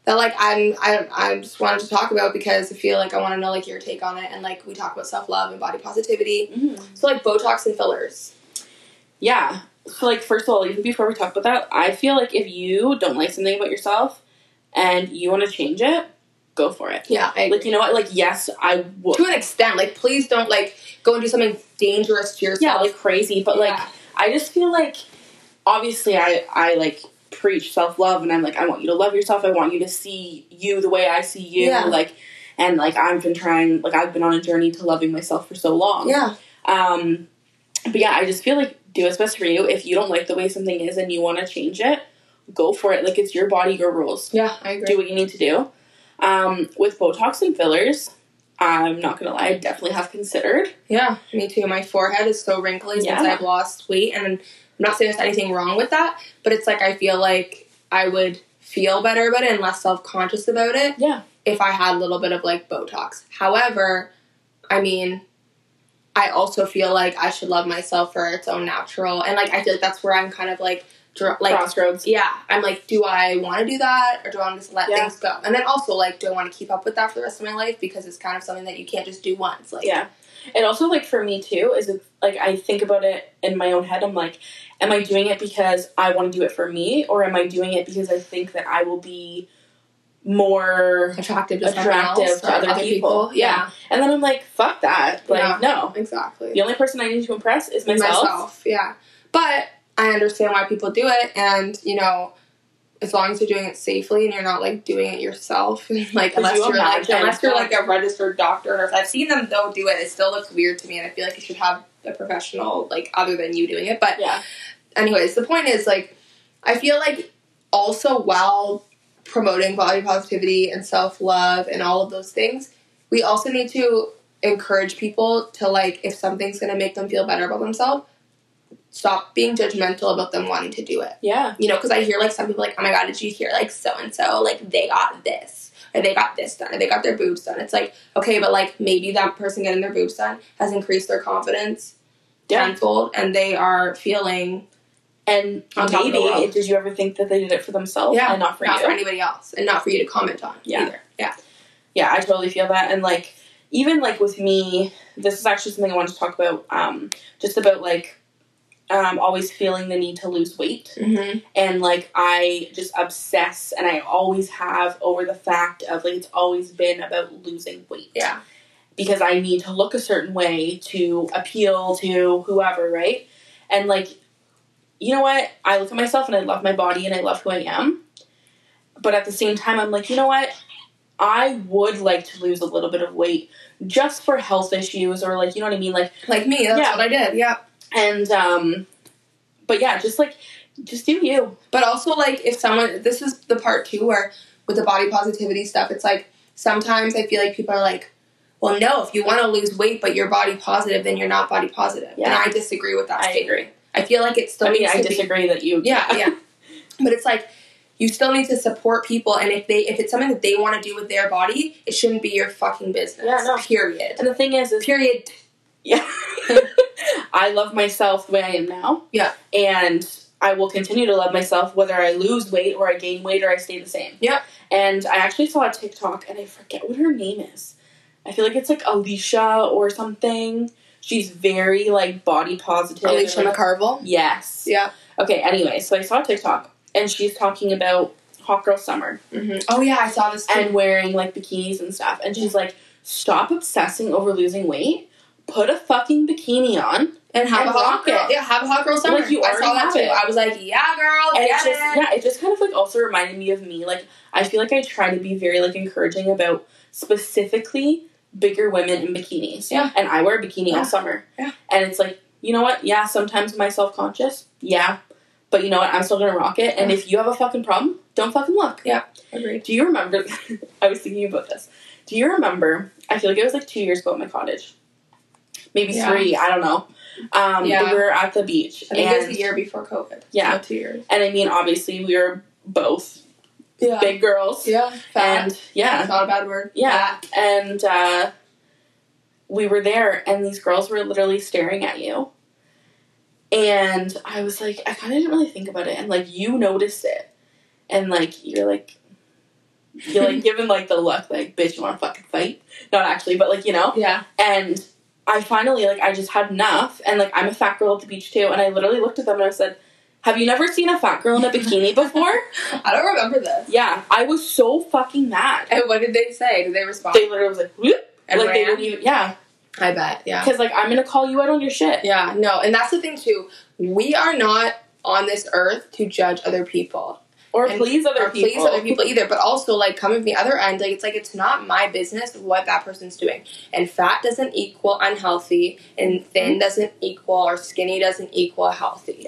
that like I'm I I just wanted to talk about because I feel like I want to know like your take on it and like we talk about self love and body positivity. So like Botox and fillers. Yeah. So, like, first of all, even before we talk about that, I feel like if you don't like something about yourself and you want to change it, go for it. Yeah, I Like, you know what? Like, yes, I would. to an extent. Like please don't like go and do something dangerous to yourself. Yeah, like crazy, but like, Yeah. I just feel like, obviously, I I like preach self love, and I'm like, I want you to love yourself. I want you to see you the way I see you. Yeah. Like, and like, I've been trying. Like, I've been on a journey to loving myself for so long. yeah, Um, but yeah, I just feel like do what's best for you. If you don't like the way something is and you want to change it, go for it. Like it's your body, your rules. yeah, I agree. Do what you need to do. Um, with Botox and fillers, I'm not gonna lie, I definitely have considered. Yeah, me too. My forehead is so wrinkly since Yeah. I've lost weight, and I'm not saying there's anything wrong with that, but it's like I feel like I would feel better about it and less self conscious about it. Yeah. If I had a little bit of like Botox. However, I mean, I also feel like I should love myself for its own natural, and like I feel like that's where I'm kind of like, dr- like Crossroads. yeah, I'm like, do I want to do that or do I want to just let Yeah. things go? And then also, like, do I want to keep up with that for the rest of my life? Because it's kind of something that you can't just do once. Like, Yeah. And also, like for me too, is it, like I think about it in my own head. I'm like, am I doing it because I want to do it for me, or am I doing it because I think that I will be more? attractive to someone Attractive else to or other people. Yeah, And then I'm like, fuck that. Like, Yeah. no. exactly. The only person I need to impress is myself. yeah. But I understand why people do it, and you know, as long as you're doing it safely and you're not like doing it yourself, (laughs) like 'Cause unless you you're like imagine. unless you're like a registered doctor or nurse. I've seen them though do it. It still looks weird to me, and I feel like you should have a professional like other than you doing it. But Yeah. anyways, the point is like I feel like also while promoting body positivity and self love and all of those things, we also need to encourage people to like if something's gonna make them feel better about themselves, stop being judgmental about them wanting to do it. Yeah. You know, because I hear like some people like, oh my god, did you hear like so and so like they got this. Or they got this done, or they got their boobs done. It's like, okay, but like maybe that person getting their boobs done has increased their confidence Yeah. tenfold, and they are feeling And On top of maybe the world. did you ever think that they did it for themselves Yeah. and not for not you? for anybody else and not for you to comment on Yeah. either. Yeah. yeah, I totally feel that. And like, even like with me, this is actually something I want to talk about. Um, just about like, um, always feeling the need to lose weight, Mm-hmm. and like I just obsess, and I always have over the fact of like it's always been about losing weight. Yeah. because I need to look a certain way to appeal to whoever, right? And like, you know what? I look at myself and I love my body and I love who I am. But at the same time, I'm like, you know what? I would like to lose a little bit of weight just for health issues or like, you know what I mean? Like, Like me, that's Yeah. what I did. Yeah. and, um, but yeah, just like, just do you. But also, like, if someone, this is the part too where with the body positivity stuff, it's like sometimes I feel like people are like, well, no, if you want to lose weight but you're body positive, then you're not body positive. And Yeah. I disagree with that I statement. agree. I feel like it's still I mean, needs to I be disagree that you. Yeah, (laughs) yeah. But it's like you still need to support people, and if they if it's something that they want to do with their body, it shouldn't be your fucking business. Yeah, no. Period. And the thing is, is Period. Yeah. (laughs) I love myself the way I am now. Yeah. And I will continue to love myself whether I lose weight or I gain weight or I stay the same. Yeah. And I actually saw a TikTok and I forget what her name is. I feel like it's like Alicia or something. She's very like body positive. Alicia Like- McCarville. Yes. Yeah. Okay, anyway, so I saw a TikTok and she's talking about Hot Girl Summer hmm Oh yeah, I saw this too. Mm-hmm. and wearing like bikinis and stuff. And she's like, stop obsessing over losing weight. Put a fucking bikini on. and have and a hot rock it. girl. Yeah, have a hot girl summer. Like, you I saw already that have too. it. I was like, yeah, girl, and get it's just it. yeah, it just kind of like also reminded me of me. Like I feel like I try to be very like encouraging about specifically bigger women in bikinis. Yeah. And I wear a bikini Yeah. all summer. Yeah. And it's like, you know what? Yeah, sometimes my self conscious, yeah. But you know what? I'm still gonna rock it. And if you have a fucking problem, don't fucking look. (laughs) Agreed. Do you remember? I was thinking about this. Do you remember? I feel like it was like two years ago at my cottage, maybe Yeah. three. I don't know. Um, Yeah. we were at the beach, I think and it was a year before COVID. Yeah. So two years. and I mean, obviously, we were both Yeah. big girls, Yeah. Fat. and yeah, Not a bad word. Yeah. Fat. and uh, we were there, and these girls were literally staring at you, and I was like, I kind of didn't really think about it, and like you noticed it, and like you're like. You're like given like the look, like bitch, you want to fucking fight? Not actually, but like you know. (laughs) Yeah. And I finally like I just had enough, and like I'm a fat girl at the beach too, and I literally looked at them and I said, "Have you never seen a fat girl in a bikini before?" (laughs) I don't remember this. yeah, I was so fucking mad. And what did they say? Did they respond? They literally was like, Whoop. and like they ran? didn't even, yeah, I bet. Yeah. because like I'm gonna call you out on your shit. Yeah, no, and that's the thing too. We are not on this earth to judge other people Or And- please other or people. please other people either. But also, like coming from the other end, like it's like it's not my business what that person's doing. And fat doesn't equal unhealthy, and thin doesn't equal or skinny doesn't equal healthy.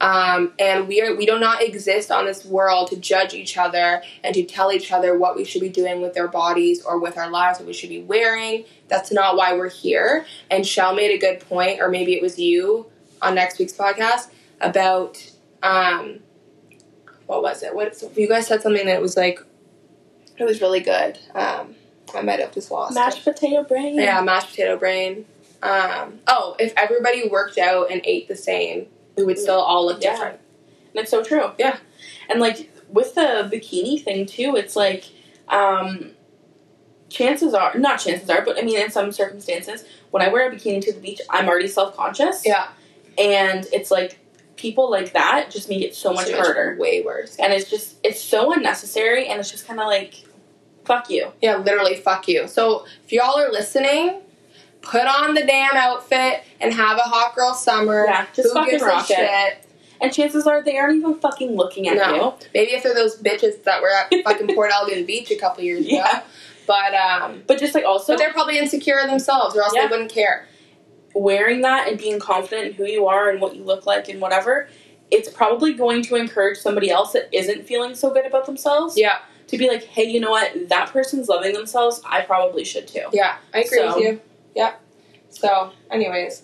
Um, and we are we do not exist on this world to judge each other and to tell each other what we should be doing with our bodies or with our lives, what we should be wearing. That's not why we're here. And Shell made a good point, or maybe it was you on next week's podcast about um, what was it? What you guys said something that was like it was really good. Um, I might have just lost. it. Mashed potato brain. Yeah, mashed potato brain. Um, oh, if everybody worked out and ate the same, we would still all look Yeah. different. And it's so true. Yeah. And like with the bikini thing too, it's like um chances are not chances are, but I mean in some circumstances, when I wear a bikini to the beach, I'm already self conscious. Yeah. And it's like people like that just make it so much harder. Way worse. And it's just it's so unnecessary and it's just kinda like fuck you. Yeah, literally, fuck you. So if y'all are listening, put on the damn outfit and have a hot girl summer. Yeah, just Who fucking gives rock a it. shit? And chances are they aren't even fucking looking at No. Maybe if they're those bitches that were (laughs) at fucking Port Elgin Beach a couple years you. Yeah. ago. But um But just like also but they're probably insecure themselves or else Yeah. they wouldn't care. wearing that and being confident in who you are and what you look like and whatever, it's probably going to encourage somebody else that isn't feeling so good about themselves Yeah, to be like, hey, you know what? That person's loving themselves. I probably should too. yeah. I agree So- with you. Yep. So, anyways.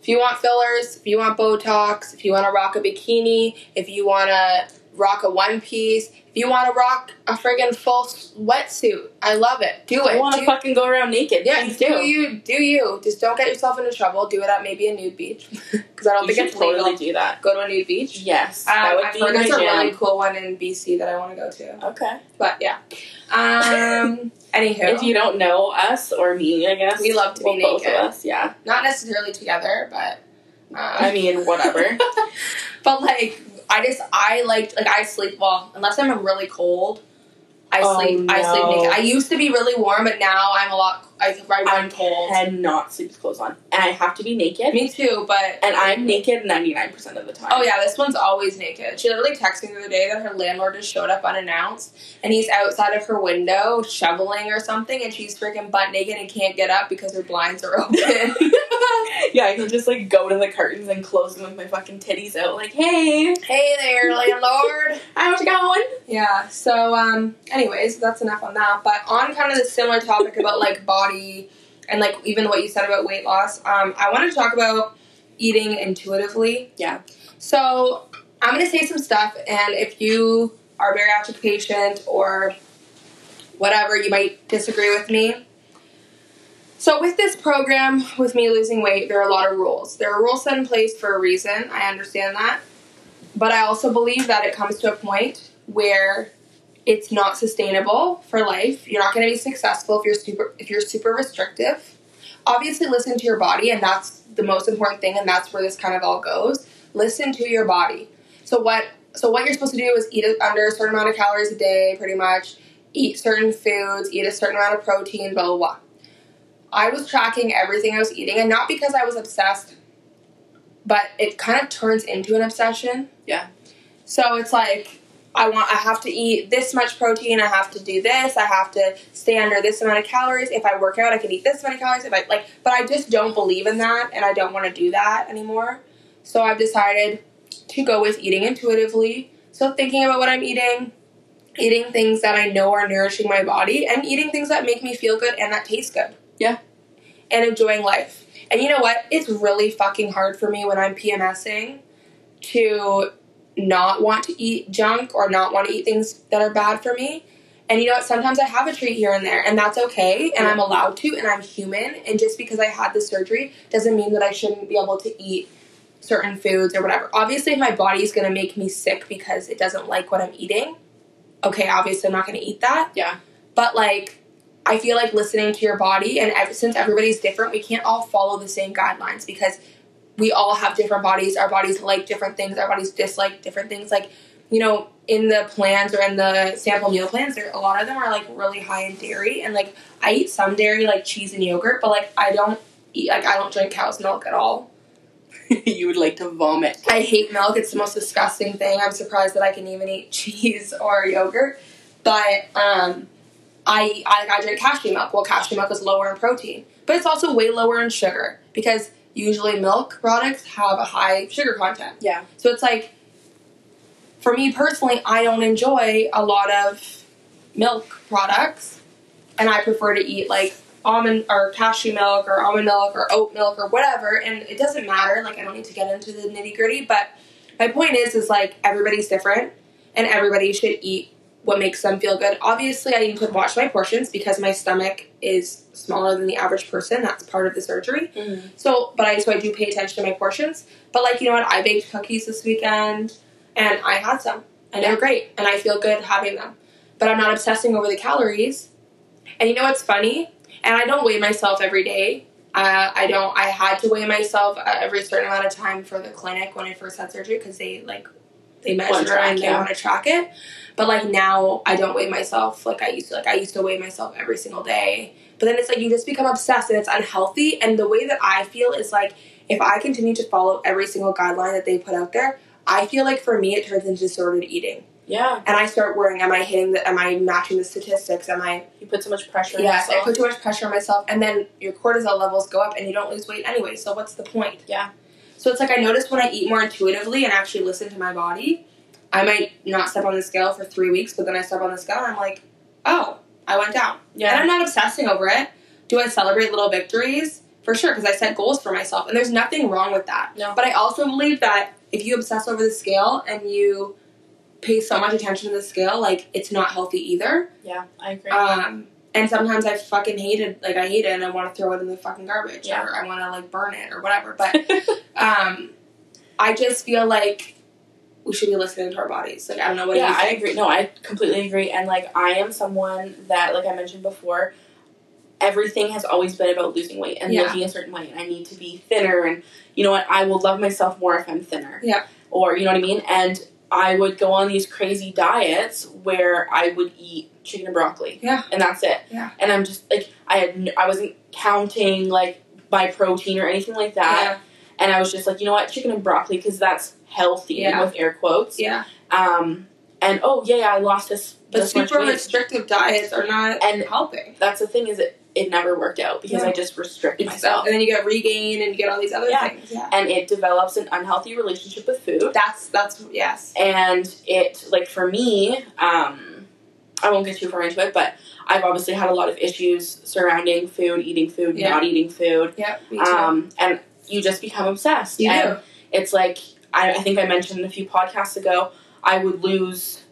If you want fillers, if you want Botox, if you want to rock a bikini, if you want to rock a one piece, if you want to rock a friggin' full s- wetsuit, I love it. Do I it. want to Do- fucking go around naked. Yeah, Please do you do you? Just don't get yourself into trouble. Do it at maybe a nude beach (laughs) because I don't You think should it's legal. totally do that. Go to a nude beach. Yes, Um, that would I've be heard my there's a jam. really cool one in BC that I want to go to. Okay. But yeah. (laughs) Um. anywho, If you don't know us or me, I guess We love to be well, Both naked. of us, yeah. not necessarily together, but um, (laughs) I mean, whatever. but like, I just I liked like I sleep well unless I'm really cold. I Oh, sleep. I sleep no. naked. I used to be really warm, but now I'm a lot. I I run I'm cold. And not sleep with clothes on, and I have to be naked. Me too, but And I'm naked ninety nine percent of the time. Oh yeah, this one's always naked. She literally texted me the other day that her landlord just showed up unannounced, and he's outside of her window shoveling or something, and she's freaking butt naked and can't get up because her blinds are (laughs) open. (laughs) yeah, I can just like go to the curtains and close them with my fucking titties out, like, hey, hey there, landlord. how's it going? Yeah. So, um, anyways, that's enough on that. But on kind of the similar topic about like body and like even what you said about weight loss, um, I want to talk about eating intuitively. Yeah. So I'm gonna say some stuff, and if you are a bariatric patient or whatever, you might disagree with me. So with this program, with me losing weight, there are a lot of rules. There are rules set in place for a reason. I understand that. But I also believe that it comes to a point where it's not sustainable for life. You're not going to be successful if you're super if you're super restrictive. Obviously, listen to your body, and that's the most important thing, and that's where this kind of all goes. Listen to your body. So what so what you're supposed to do is eat under a certain amount of calories a day, pretty much. Eat certain foods, eat a certain amount of protein, blah blah blah. I was tracking everything I was eating, and not because I was obsessed, but it kind of turns into an obsession. Yeah. So it's like I want I have to eat this much protein, I have to do this, I have to stay under this amount of calories. If I work out, I can eat this many calories. If I like but I just don't believe in that and I don't want to do that anymore. So I've decided to go with eating intuitively. So thinking about what I'm eating, eating things that I know are nourishing my body, and eating things that make me feel good and that taste good. Yeah. And enjoying life. And you know what? It's really fucking hard for me when I'm PMSing to not want to eat junk or not want to eat things that are bad for me. And you know what? Sometimes I have a treat here and there, and that's okay, and I'm allowed to, and I'm human. And just because I had the surgery doesn't mean that I shouldn't be able to eat certain foods or whatever. Obviously, if my body's gonna make me sick because it doesn't like what I'm eating, okay, obviously I'm not gonna eat that. Yeah. But like, I feel like listening to your body, and ev- since everybody's different, we can't all follow the same guidelines because we all have different bodies. Our bodies like different things, our bodies dislike different things. Like, you know, in the plans or in the sample meal plans, there a lot of them are like really high in dairy, and like I eat some dairy, like cheese and yogurt, but like I don't eat, like I don't drink cow's milk at all. (laughs) you would like to vomit. I hate milk. It's the most disgusting thing. I'm surprised that I can even eat cheese (laughs) or yogurt. But um, I, I I drink cashew milk. Well, cashew milk is lower in protein, but it's also way lower in sugar because usually milk products have a high sugar content. Yeah. So it's like, for me personally, I don't enjoy a lot of milk products, and I prefer to eat like almond or cashew milk or almond milk or oat milk or whatever. And it doesn't matter. Like I don't need to get into the nitty gritty, but my point is, is like everybody's different, and everybody should eat what makes them feel good. Obviously, I need to watch my portions because my stomach is smaller than the average person. That's part of the surgery. Mm-hmm. So, but I so I do pay attention to my portions. But like you know what, I baked cookies this weekend, and I had some, and they're great, and I feel good having them. But I'm not obsessing over the calories. And you know what's funny? And I don't weigh myself every day. Uh, I don't. I had to weigh myself uh, every certain amount of time for the clinic when I first had surgery because they like they measure track, and they yeah. want to track it. But like now, I don't weigh myself like I used to. Like I used to weigh myself every single day. But then it's like you just become obsessed and it's unhealthy. And the way that I feel is like if I continue to follow every single guideline that they put out there, I feel like for me it turns into disordered eating. Yeah. And I start worrying, am I hitting the am I matching the statistics? Am I You put so much pressure on Yes, I yourself. put too much pressure on myself and then your cortisol levels go up and you don't lose weight anyway, so what's the point? Yeah. So it's like I notice when I eat more intuitively and actually listen to my body, I might not step on the scale for three weeks, but then I step on the scale and I'm like, Oh, I went down. And yeah. I'm not obsessing over it. Do I celebrate little victories? For sure, because I set goals for myself, and there's nothing wrong with that. No. But I also believe that if you obsess over the scale and you pay so much attention to the scale, like it's not healthy either. Yeah. I agree. Um, and sometimes I fucking hate it, like I hate it, and I want to throw it in the fucking garbage, Yeah. or I want to like burn it or whatever. But (laughs) um, I just feel like we should be listening to our bodies. Like I don't know what. yeah, do you I think? agree. No, I completely agree. And like, I am someone that, like I mentioned before, everything has always been about losing weight and Yeah. looking a certain way. And I need to be thinner. And you know what? I will love myself more if I'm thinner. Yeah. Or you know what I mean? And I would go on these crazy diets where I would eat chicken and broccoli. Yeah. And that's it. Yeah. And I'm just like, I had, n- I wasn't counting like my protein or anything like that. Yeah, And I was just like, you know what? Chicken and broccoli because that's healthy Yeah. with air quotes yeah. um, and oh yeah, yeah, I lost this. But this much super weight. restrictive diets are not And- helping. That's the thing is it it never worked out because Yeah. I just restricted myself, and then you get regain and you get all these other Yeah. things. Yeah, and it develops an unhealthy relationship with food, that's that's yes. and it like for me, um, I won't get too far into it, but I've obviously had a lot of issues surrounding food, eating food, Yeah. not eating food, Yeah, me too. um, and you just become obsessed. you do. and it's like I, I think I mentioned a few podcasts ago. I would lose,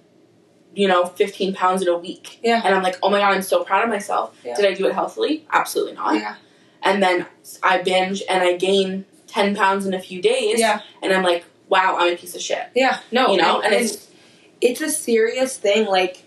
you know, fifteen pounds in a week. Yeah. And I'm like, oh my god, I'm so proud of myself. Yeah. Did I do it healthily? Absolutely not. Yeah, And then I binge and I gain ten pounds in a few days. yeah, And I'm like, wow, I'm a piece of shit. yeah. No, you know, and, and it's it's a serious thing. Like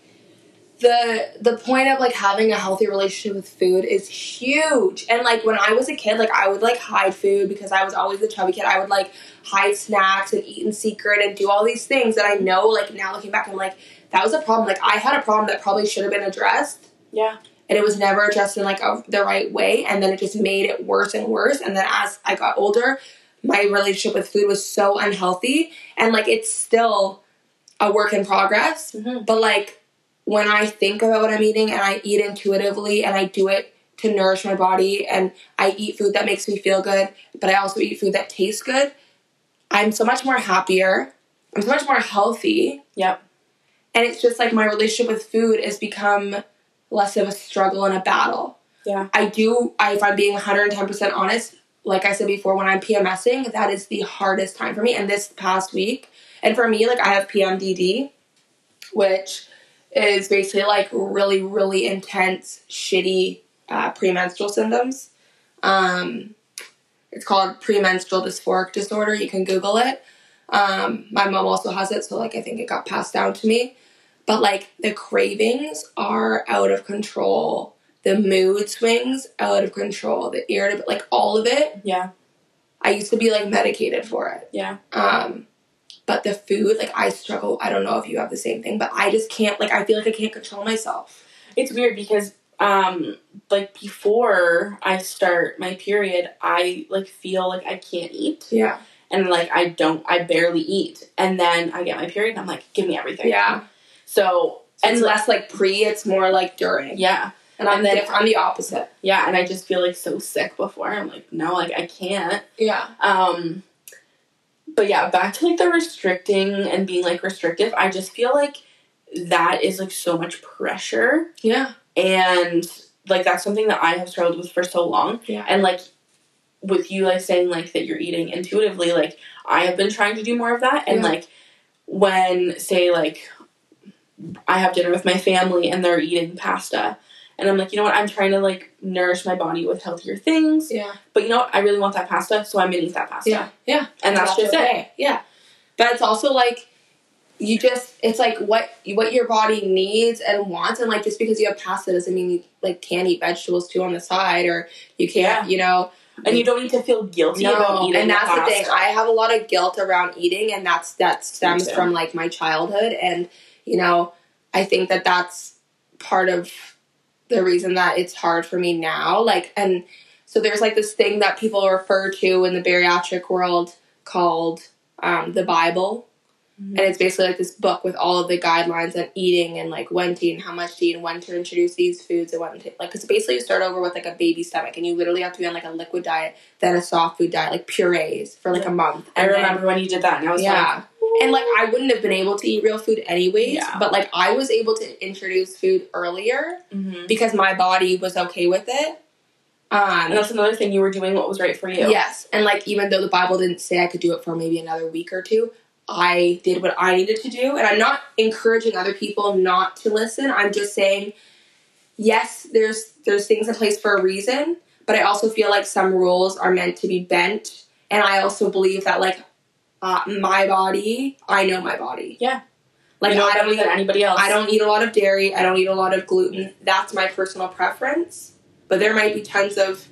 the the point of like having a healthy relationship with food is huge. And like when I was a kid, like I would like hide food because I was always the chubby kid. I would like hide snacks and eat in secret and do all these things that I know. Like now looking back, I'm like that was a problem. Like I had a problem that probably should have been addressed. yeah, and it was never addressed in like a, the right way and then it just made it worse and worse and then as i got older my relationship with food was so unhealthy and like it's still a work in progress Mhm. but like when i think about what i'm eating and i eat intuitively and i do it to nourish my body and i eat food that makes me feel good but i also eat food that tastes good i'm so much more happier i'm so much more healthy Yep. and it's just like my relationship with food has become less of a struggle and a battle. Yeah. I do, I, if I'm being 110% honest, like I said before, when I'm PMSing, that is the hardest time for me. And this past week, and for me, like I have PMDD, which is basically like really, really intense, shitty uh, premenstrual symptoms. Um, it's called premenstrual dysphoric disorder. You can Google it. Um, my mom also has it, so like I think it got passed down to me. But like the cravings are out of control. The mood swings out of control. The irritability, like all of it. yeah, I used to be like medicated for it. Yeah. Um, but the food, like I struggle. I don't know if you have the same thing, but I just can't. Like I feel like I can't control myself. it's weird because um like before I start my period, I like feel like I can't eat. Yeah. and like I don't, I barely eat, and then I get my period, and I'm like, give me everything. Yeah. So And and it's like, less like pre. It's more like during. yeah, and I'm, And then- diff- I'm the opposite. Yeah, and I just feel like so sick before. I'm like, no, like I can't. Yeah. Um but yeah, back to like the restricting and being like restrictive, I just feel like that is like so much pressure Yeah. and like that's something that I have struggled with for so long. Yeah. And like with you like saying like that you're eating intuitively, like I have been trying to do more of that and Yeah. like when say like I have dinner with my family and they're eating pasta and I'm like, you know what, I'm trying to like nourish my body with healthier things. Yeah. But you know what, I really want that pasta, so I'm gonna eat that pasta. Yeah. Yeah. And that's, just it. okay. Yeah, but it's also like you just it's like what what your body needs and wants, and like just because you have pasta doesn't mean you like can't eat vegetables too on the side, or you can't, you know. And you don't need to feel guilty about No, eating and that's the pasta. thing. I have a lot of guilt around eating, and that's that stems too. from like my childhood, and you know, I think that that's part of the reason that it's hard for me now. Like, and so there's like this thing that people refer to in the bariatric world called um, the Bible. Mhm. And it's basically like this book with all of the guidelines on eating and like when to eat and how much to eat and when to introduce these foods and when to like because basically you start over with like a baby stomach and you literally have to be on like a liquid diet then a soft food diet like purees for like a month. I And then- remember when you did that and I was like, yeah. and like I wouldn't have been able to eat real food anyways, Yeah. but like I was able to introduce food earlier mhm. because my body was okay with it. And Um, that's another thing you were doing what was right for you. yes, and like even though the Bible didn't say I could do it for maybe another week or two, I did what I needed to do, and I'm not encouraging other people not to listen. I'm just saying, yes, there's there's things in place for a reason, but I also feel like some rules are meant to be bent, and I also believe that like uh, my body, I know my body. Yeah. like you know I better don't than even anybody else. I don't eat a lot of dairy. I don't eat a lot of gluten. That's my personal preference. But there might be tons of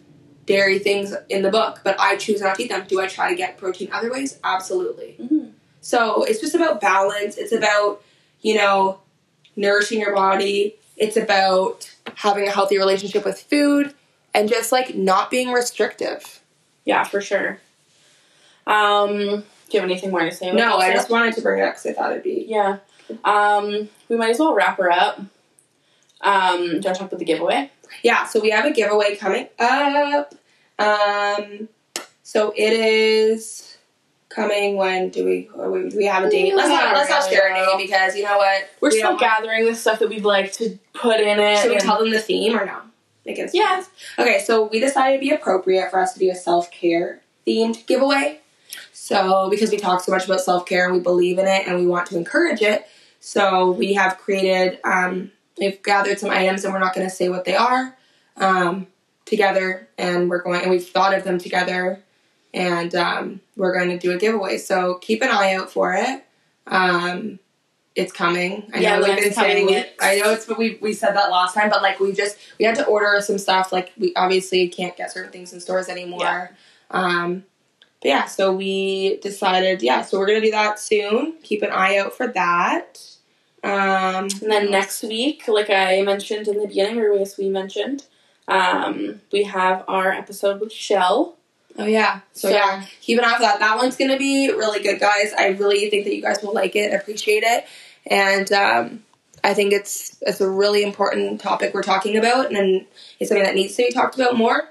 dairy things in the book, but I choose not to eat them. Do I try to get protein other ways? Absolutely. Mhm. So it's just about balance. It's about, you know, nourishing your body. It's about having a healthy relationship with food and just like not being restrictive. Yeah, for sure. Um, do you have anything more to say? about No, I that? just wanted to bring it up because I thought it'd be. yeah. Um, we might as well wrap her up. Um, do I talk about the giveaway? yeah, so we have a giveaway coming up. Um, so it is coming when do we or we, do we have a date? Let's not let's not share a date because you know what We're We still don't- gathering the stuff that we'd like to put in it. Should we and- tell them the theme or no? Like it's- Yeah. Okay, so we decided it'd be appropriate for us to do a self care themed giveaway. So because we talk so much about self care and we believe in it and we want to encourage it, so we have created um, we've gathered some items and we're not going to say what they are um, together, and we're going and we've thought of them together, and um, we're going to do a giveaway. So keep an eye out for it. Um, it's coming. I Yeah, know we've it's been coming. saying it. It's- I know it's but we we said that last time, but like we just we had to order some stuff. Like we obviously can't get certain things in stores anymore. Yeah. Um, but yeah, so we decided. Yeah, so we're gonna do that soon. Keep an eye out for that. Um, And then next week, like I mentioned in the beginning, or as we mentioned, um, we have our episode with Shell. oh yeah, so yeah, keep an eye out for that. That one's gonna be really good, guys. I really think that you guys will like it, appreciate it, and um, I think it's it's a really important topic we're talking about, and it's something that needs to be talked about more.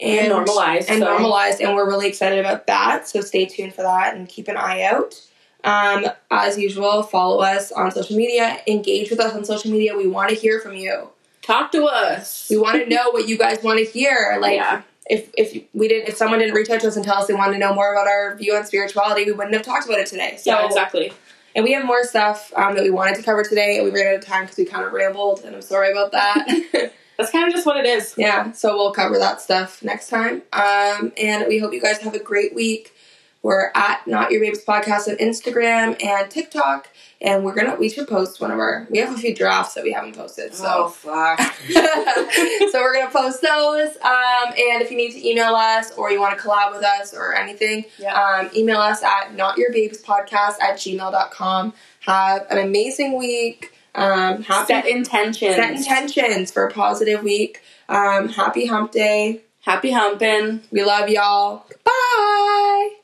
and normalized. and so. normalized, and we're really excited about that. So stay tuned for that and keep an eye out. Um, as usual, follow us on social media, engage with us on social media. We want to hear from you. Talk to us. We want to know what you guys want to hear. Like yeah. if if we didn't, if someone didn't reach out to us and tell us they wanted to know more about our view on spirituality, we wouldn't have talked about it today. So yeah, exactly. and we have more stuff um, that we wanted to cover today, and we ran out of time because we kind of rambled, and I'm sorry about (laughs) that. That's kind of just what it is. yeah, so we'll cover that stuff next time. Um, and we hope you guys have a great week. We're at Not Your Babes Podcast on Instagram and TikTok, and we're gonna we should post one of our we have a few drafts that we haven't posted, so Oh, fuck. (laughs) so we're gonna post those. Um, and if you need to email us or you want to collab with us or anything, Yeah. um, email us at notyourbabespodcast at gmail.com. Have an amazing week. Um, happy Set intentions. set intentions for a positive week. Um, happy hump day. Happy humping. We love y'all. Bye.